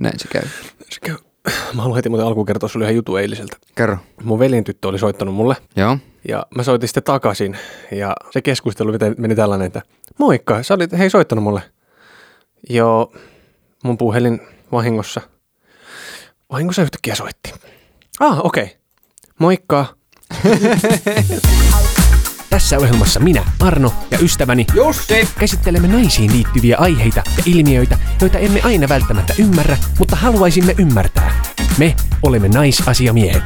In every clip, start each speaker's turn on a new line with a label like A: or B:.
A: Näin se käy.
B: Se käy. Mä haluan heti muuten alkuun kertoa sulle yhden jutun eiliseltä.
A: Kerro.
B: Mun veljen tyttö oli soittanut mulle
A: Joo.
B: ja mä soitin sitten takaisin ja se keskustelu miten- meni tällainen, että moikka, sä olit hei soittanut mulle. Joo, mun puhelin vahingossa. Vahingossa yhtäkkiä soitti. Ah, okei. Okay. Moikka.
C: Tässä ohjelmassa minä, Arno ja ystäväni
A: Jussi!
C: käsittelemme naisiin liittyviä aiheita ja ilmiöitä, joita emme aina välttämättä ymmärrä, mutta haluaisimme ymmärtää. Me olemme naisasiamiehet.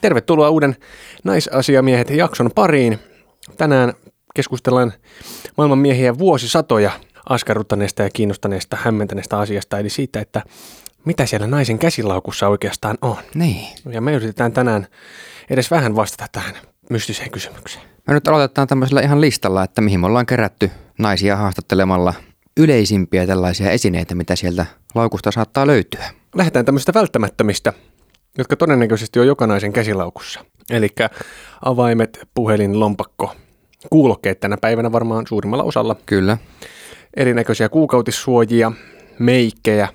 B: Tervetuloa uuden naisasiamiehet jakson pariin. Tänään keskustellaan maailman miehiä vuosisatoja askarruttaneesta ja kiinnostaneesta, hämmentäneestä asiasta, eli siitä, että mitä siellä naisen käsilaukussa oikeastaan on.
A: Niin.
B: Ja me yritetään tänään edes vähän vastata tähän mystiseen kysymykseen.
A: Me nyt aloitetaan tämmöisellä ihan listalla, että mihin me ollaan kerätty naisia haastattelemalla yleisimpiä tällaisia esineitä, mitä sieltä laukusta saattaa löytyä.
B: Lähdetään tämmöisistä välttämättömistä, jotka todennäköisesti on joka naisen käsilaukussa. Eli avaimet, puhelin, lompakko, kuulokkeet tänä päivänä varmaan suurimmalla osalla,
A: Kyllä.
B: erinäköisiä kuukautissuojia, meikkejä,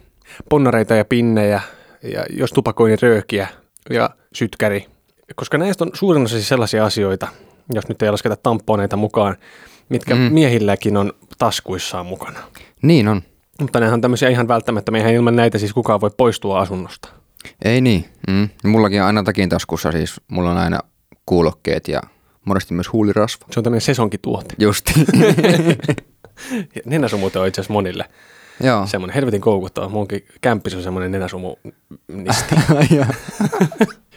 B: ponnareita ja pinnejä, ja jos tupakoi, niin röökiä ja sytkäri. Koska näistä on suurin osa siis sellaisia asioita, jos nyt ei lasketa tamponeita mukaan, mitkä mm. miehilläkin on taskuissaan mukana.
A: Niin on.
B: Mutta nämähän on tämmöisiä ihan välttämättömiä, eihän ilman näitä siis kukaan voi poistua asunnosta.
A: Ei niin. Mm. Mullakin on aina takin taskussa siis, mulla on aina kuulokkeet ja monesti myös huulirasva.
B: Se on tämmöinen sesonkituote.
A: Justi.
B: Ja Nenäsumu on itse asiassa monille
A: Joo.
B: semmoinen helvetin koukuttava. Munkin kämppis on semmoinen nenäsumu nisti.
A: Joo.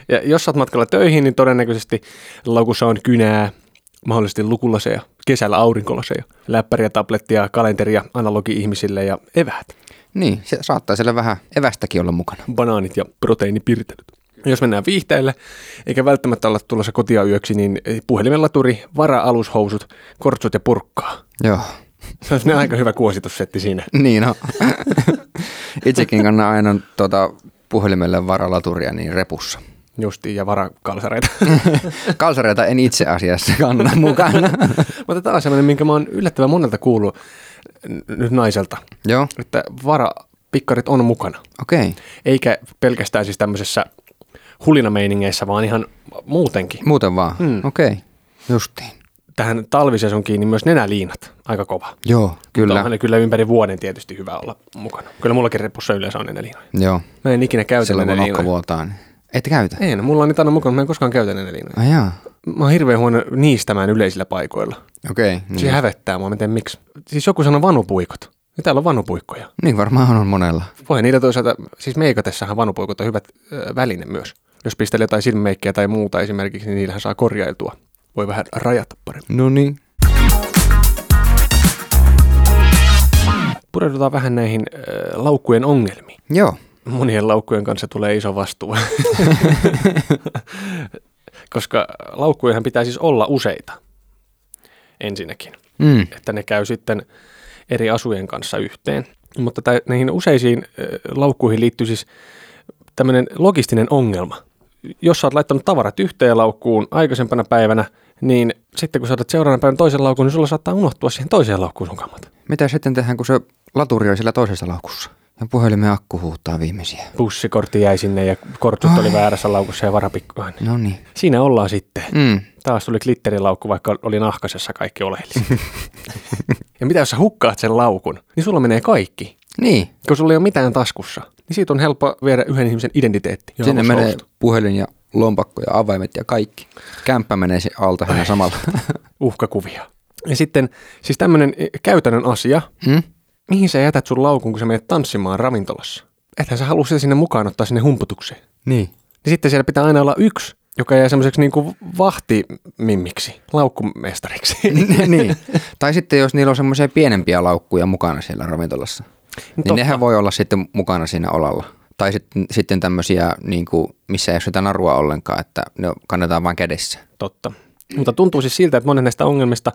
B: Ja jos saat matkalla töihin, niin todennäköisesti laukussa on kynää, mahdollisesti lukulaseja, kesällä aurinkolaseja, läppäriä, tablettia, kalenteria, analogi ihmisille ja eväät,
A: niin, se saattaa siellä vähän evästäkin olla mukana.
B: banaanit ja proteiinipirtelyt. Jos mennään viihteille, eikä välttämättä olla tulossa kotia yöksi, niin puhelimenlaturi, vara-alushousut, kortsut ja purkkaa.
A: Joo.
B: Se on aika hyvä kuositussetti siinä.
A: Niin on. Itsekin kannan aina tuota, puhelimelle varalaturia niin repussa.
B: Justi ja varakalsareita.
A: Kalsareita en itse asiassa kanna mukana.
B: Mutta tämä on sellainen, minkä mä oon yllättävän monelta kuullut n- nyt naiselta,
A: Joo,
B: että varapikkarit on mukana.
A: okei. Okay.
B: Eikä pelkästään siis tämmöisessä hulinameiningeissä, vaan ihan muutenkin.
A: Muuten vaan. Mm. Okei, okay. justiin.
B: Tähän talvisesonkiin niin myös nenäliinat aika kova.
A: Joo,
B: Kyllä.
A: kyllä.
B: Onhan ne kyllä ympäri vuoden tietysti hyvä olla mukana. Kyllä mullakin repussa yleensä on nenäliinoja.
A: Joo,
B: Mä en ikinä käytä
A: silloin kun nokka
B: nenäliinoja.
A: vuotaa. niin- Et käytä?
B: En, mulla on niitä aina mukana, mä en koskaan käytä nenäliinoja.
A: Ai jaa.
B: Mä oon hirveän huono niistämään yleisillä paikoilla.
A: Okei, okay.
B: Se
A: niin.
B: hävettää mua, mä en tiedä miksi. Siis joku sanoo vanupuikot. Ja täällä on vanupuikkoja.
A: niin varmaan on monella.
B: Voi niitä toisaalta, siis meikatessahan vanupuikot on hyvät ö, väline myös. Jos pistelee jotain silmeikkiä tai muuta esimerkiksi, niin niillähän saa korjailtua. Voi vähän rajata paremmin.
A: No niin.
B: Pureudutaan vähän näihin äh, laukkujen ongelmiin.
A: Joo,
B: Monien laukkujen kanssa tulee iso vastuu. Koska laukkujahan pitää siis olla useita ensinnäkin.
A: mm.
B: että ne käy sitten eri asujen kanssa yhteen. Mutta tä, näihin useisiin ö, laukkuihin liittyy siis tämmöinen logistinen ongelma. Jos sä oot laittanut tavarat yhteen laukkuun aikaisempana päivänä, niin sitten kun sä otat seuraavana päivänä toisen laukun, niin sulla saattaa unohtua siihen toiseen laukkuun sun kamat.
A: Mitä sitten tehdään, kun se laturi on siellä toisessa laukussa? Ja puhelimen akku huutaa viimeisiä.
B: Bussikortti jäi sinne ja kortsut oli väärässä laukussa ja varapikkohan.
A: No niin.
B: Siinä ollaan sitten.
A: Mm.
B: Taas tuli glitterilaukku, vaikka oli nahkasessa kaikki oleellista. ja mitä jos sä hukkaat sen laukun, niin sulla menee kaikki.
A: Niin.
B: kun sulla ei ole mitään taskussa, niin siitä on helppo viedä yhden ihmisen identiteetti.
A: Ja Sinne
B: Jos
A: menee
B: ostaa.
A: puhelin ja lompakko ja avaimet ja kaikki. Kämppä menee se alta siinä samalla.
B: uhkakuvia. Ja sitten siis tämmöinen käytännön asia,
A: Hmm?
B: mihin sä jätät sun laukun, kun sä menet tanssimaan ravintolassa? Ethän sä halua sitä sinne mukaan ottaa sinne humputukseen.
A: Niin.
B: Niin sitten siellä pitää aina olla yksi, joka jää semmoiseksi niinku vahtimimmiksi, laukkumestariksi.
A: niin. Tai sitten jos niillä on semmoisia pienempiä laukkuja mukana siellä ravintolassa, niin
B: Totta.
A: nehän voi olla sitten mukana siinä olalla. Tai sitten, sitten tämmöisiä, niin kuin, missä ei ole sitä narua ollenkaan, että ne kannetaan vain kädessä.
B: Totta. Mutta tuntuu siis siltä, että monen näistä ongelmista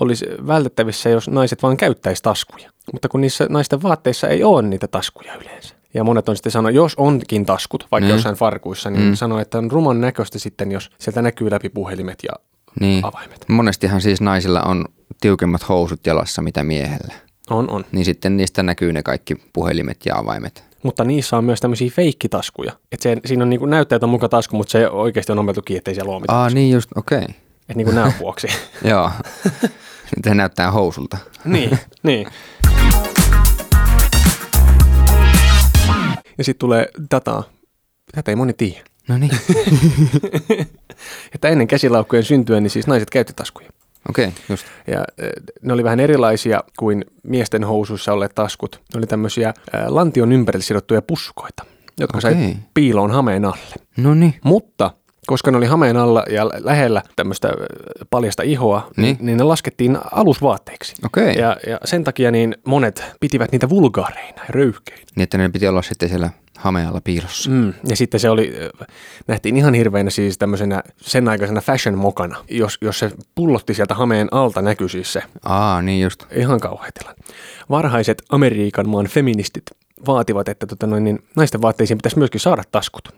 B: olisi vältettävissä, jos naiset vaan käyttäisi taskuja. Mutta kun niissä naisten vaatteissa ei ole niitä taskuja yleensä. Ja monet on sitten sanonut, jos onkin taskut, vaikka
A: Niin.
B: jossain farkuissa, niin mm. sanoo, että on ruman näköistä sitten, jos sieltä näkyy läpi puhelimet ja
A: Niin.
B: avaimet.
A: Monestihan siis naisilla on tiukemmat housut jalassa mitä miehellä.
B: On, on.
A: niin sitten niistä näkyy ne kaikki puhelimet ja avaimet.
B: Mutta niissä on myös tämmöisiä feikkitaskuja. Et se, siinä on niinku näyttää, että on muka tasku, mutta se oikeasti on omeltu kiinni, ettei siellä ole mitään.
A: Aa, niin just, okei. Okay.
B: Et niinku näön vuoksi.
A: Joo. Se näyttää housulta.
B: niin, niin. Ja sitten tulee dataa. Tätä ei moni tiedä.
A: No niin,
B: Että ennen käsilaukkujen syntyä, niin siis naiset käytti taskuja.
A: okei, okay, just.
B: Ja eh, ne oli vähän erilaisia kuin miesten housuissa olleet taskut. Ne oli tämmöisiä eh, lantion ympärille sidottuja pussukoita, jotka okay. sai
A: Okei.
B: piiloon hameen alle.
A: No niin,
B: Mutta koska ne oli hameen alla ja lä- lähellä tämmöistä eh, paljasta ihoa, niin,
A: Niin.
B: niin ne laskettiin alusvaatteiksi.
A: okei. Okay.
B: Ja, ja sen takia niin monet pitivät niitä vulgaareina, ja röyhkeinä.
A: Niin, että ne piti olla sitten siellä hamealla piilossa.
B: Mm. Ja sitten se oli, eh, nähtiin ihan hirveänä siis tämmöisenä sen aikaisena fashion mokana, jos, jos se pullotti sieltä hameen alta näkyi siis se
A: Aa, niin just.
B: Ihan kauhea tilanne. Varhaiset Amerikan maan feministit vaativat, että tota noin, niin naisten vaatteisiin pitäisi myöskin saada taskut.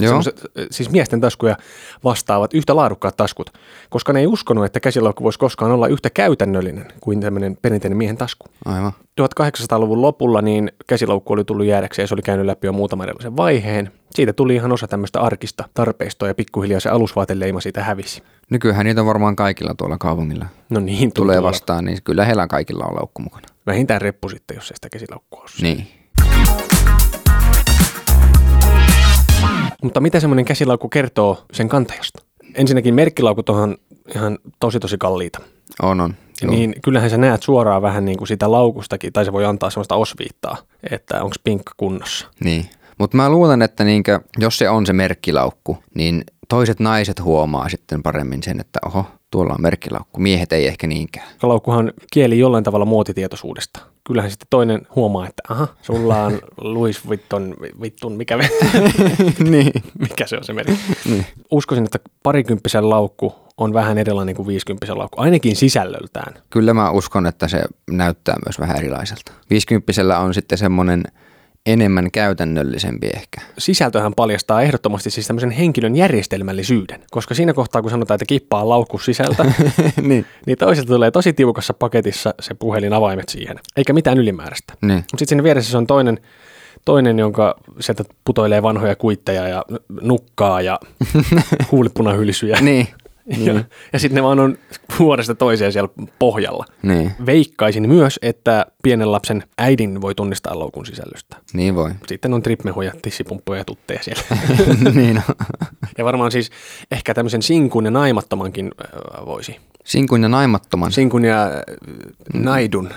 A: Joo.
B: Semmoset, ö, siis miesten taskuja vastaavat yhtä laadukkaat taskut, koska ne ei uskonut, että käsilaukku voisi koskaan olla yhtä käytännöllinen kuin tämmöinen perinteinen miehen tasku.
A: Aivan.
B: 1800-luvun lopulla niin käsilaukku oli tullut jäädäkseen ja se oli käynyt läpi jo muutaman erilaisen vaiheen. Siitä tuli ihan osa tämmöistä arkista tarpeistoa ja pikkuhiljaa se alusvaateleima siitä hävisi.
A: Nykyään niitä on varmaan kaikilla tuolla kaupungilla.
B: No niin,
A: Tulee
B: tuntuu
A: vastaan, niin kyllä heillä kaikilla on laukku mukana.
B: olevan. Vähintään reppu sitten, jos ei sitä käsilaukkua ole.
A: Niin.
B: Mutta mitä semmoinen käsilaukku kertoo sen kantajasta? Ensinnäkin merkkilaukut on ihan tosi tosi kalliita.
A: On, on.
B: Joo. Niin kyllähän sä näet suoraan vähän niin kuin sitä laukustakin, tai se voi antaa semmoista osviittaa, että onko pinkka kunnossa.
A: Niin. Mutta mä luulen, että niinkö, jos se on se merkkilaukku, niin toiset naiset huomaa sitten paremmin sen, että oho, tuolla on merkkilaukku. Miehet ei ehkä niinkään.
B: Laukkuhan kieli jollain tavalla muotitietoisuudesta. Kyllähän sitten toinen huomaa, että aha, sulla on Louis Vuitton, vittun, mikä,
A: niin.
B: mikä se on se merkki. Uskoisin, että parikymppisen laukku on vähän erilainen kuin viisikymppisen laukku, ainakin sisällöltään.
A: Kyllä mä uskon, että se näyttää myös vähän erilaiselta. Viisikymppisellä on sitten semmoinen enemmän käytännöllisempi ehkä.
B: sisältöhän paljastaa ehdottomasti siis tämmöisen henkilön järjestelmällisyyden, koska siinä kohtaa, kun sanotaan, että kippaa laukku sisältä,
A: niin.
B: niin toiselta tulee tosi tiukassa paketissa se puhelin avaimet siihen, eikä mitään ylimääräistä.
A: Niin.
B: Mutta sitten siinä vieressä se on toinen, toinen, jonka sieltä putoilee vanhoja kuitteja ja nukkaa ja huulipunahylsyjä.
A: Niin.
B: ja, ja sitten ne vaan on vuodesta toiseen siellä pohjalla.
A: Niin.
B: Veikkaisin myös, että pienen lapsen äidin voi tunnistaa loukun sisällöstä.
A: Niin voi.
B: Sitten on tripmehuja, tissipumppuja ja tutteja siellä.
A: niin. on.
B: Ja varmaan siis ehkä tämmöisen sinkun ja naimattomankin äh, voisi.
A: Sinkun ja naimattoman.
B: Sinkun ja äh, naidun.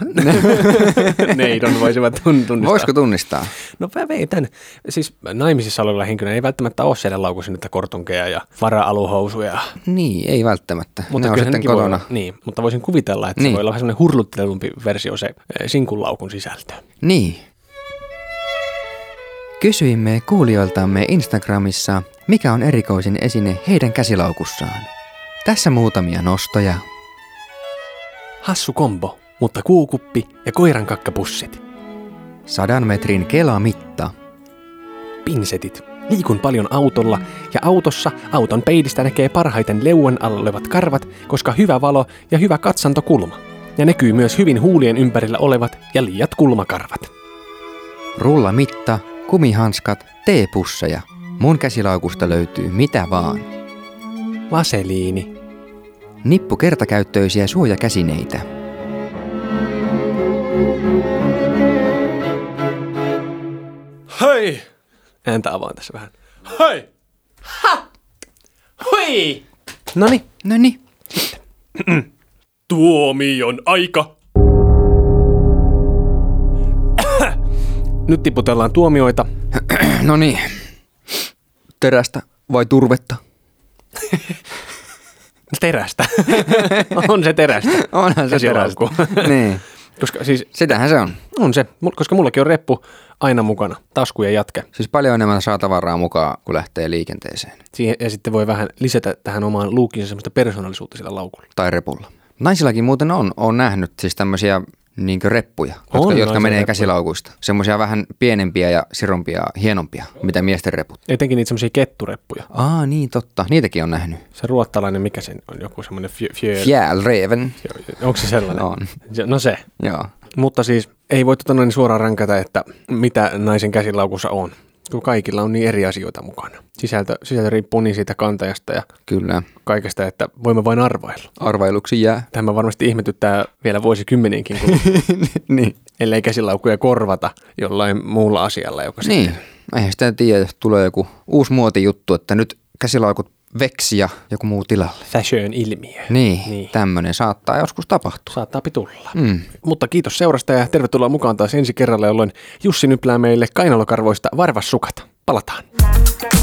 B: Neidon voisivat tun- tunnistaa.
A: Voisiko tunnistaa?
B: No mä veitän. Siis naimisissa olevilla henkilöillä ei välttämättä ole siellä laukussa niitä kortunkeja ja vara-aluhousuja.
A: Niin, ei välttämättä. Mutta ne on
B: kyllä
A: sitten
B: nekin voi
A: kotona.
B: Olla, niin, mutta voisin kuvitella, että niin. se
A: Niin.
B: voi olla vähän semmoinen hurluttelumpi versio se äh, sinkun laukun sisältö.
A: Niin. Kysyimme kuulijoiltamme Instagramissa, mikä on erikoisin esine heidän käsilaukussaan. Tässä muutamia nostoja.
B: Hassu kombo, mutta kuukuppi ja koiran kakkapussit.
A: Sadan metrin kelamitta.
B: pinsetit. Liikun paljon autolla ja autossa auton peilistä näkee parhaiten leuan alla olevat karvat, koska hyvä valo ja hyvä katsantokulma. Ja näkyy myös hyvin huulien ympärillä olevat ja liiat kulmakarvat.
A: rullamitta, kumihanskat, teepusseja. Mun käsilaukusta löytyy mitä vaan.
B: Vaseliini.
A: Nippu kertakäyttöisiä suojakäsineitä.
B: Hei! Ääntä avaan tässä vähän. Hei! Ha! Hui! Noni,
A: No niin.
B: tuomion aika. Nyt tiputellaan tuomioita.
A: No niin. Terästä vai turvetta?
B: Terästä. on se terästä.
A: Onhan se
B: Käsilaukku.
A: terästä. niin.
B: Koska siis
A: Sitähän se on.
B: On se, mul- koska mullakin on reppu aina mukana, taskujen jatke.
A: Siis paljon enemmän saa tavaraa mukaan, kun lähtee liikenteeseen.
B: Siihen, ja sitten voi vähän lisätä tähän omaan luukiinsa semmoista persoonallisuutta sillä laukulla.
A: Tai repulla. Naisillakin muuten on, on nähnyt siis tämmöisiä niin reppuja,
B: On
A: jotka,
B: naisen
A: jotka menee
B: reppuja.
A: käsilaukuista. Semmoisia vähän pienempiä ja sirompia, hienompia, mitä miesten reput.
B: Etenkin niitä semmoisia kettureppuja.
A: Aa, niin totta. Niitäkin on nähnyt.
B: Se ruottalainen, mikä sen on, joku semmoinen fjö, fjö,
A: Fjällreven.
B: Onko se sellainen?
A: On.
B: Se- No se.
A: Joo.
B: Mutta siis ei voi tota noin suoraan ränkätä, että mitä naisen käsilaukussa on, kun kaikilla on niin eri asioita mukana. Sisältö, sisältö riippuu niin siitä kantajasta ja
A: Kyllä.
B: kaikesta, että voimme vain arvailla.
A: Arvailuksi jää.
B: Tämä varmasti ihmetyttää vielä vuosikymmeniinkin, kun
A: niin.
B: ellei käsilaukkuja korvata jollain muulla asialla, joka se
A: Niin. Eihän sitä tiedä, jos tulee joku uusi muotijuttu, että nyt käsilaukut veksi ja joku muu tilalle.
B: fashion-ilmiö.
A: Niin,
B: Niin.
A: niin. tämmöinen saattaa joskus tapahtua.
B: Saattaa tulla.
A: Mm.
B: Mutta kiitos seurasta ja tervetuloa mukaan taas ensi kerralla, jolloin Jussi nyplää meille kainalokarvoista varvassukat. Palataan.
D: Thank you.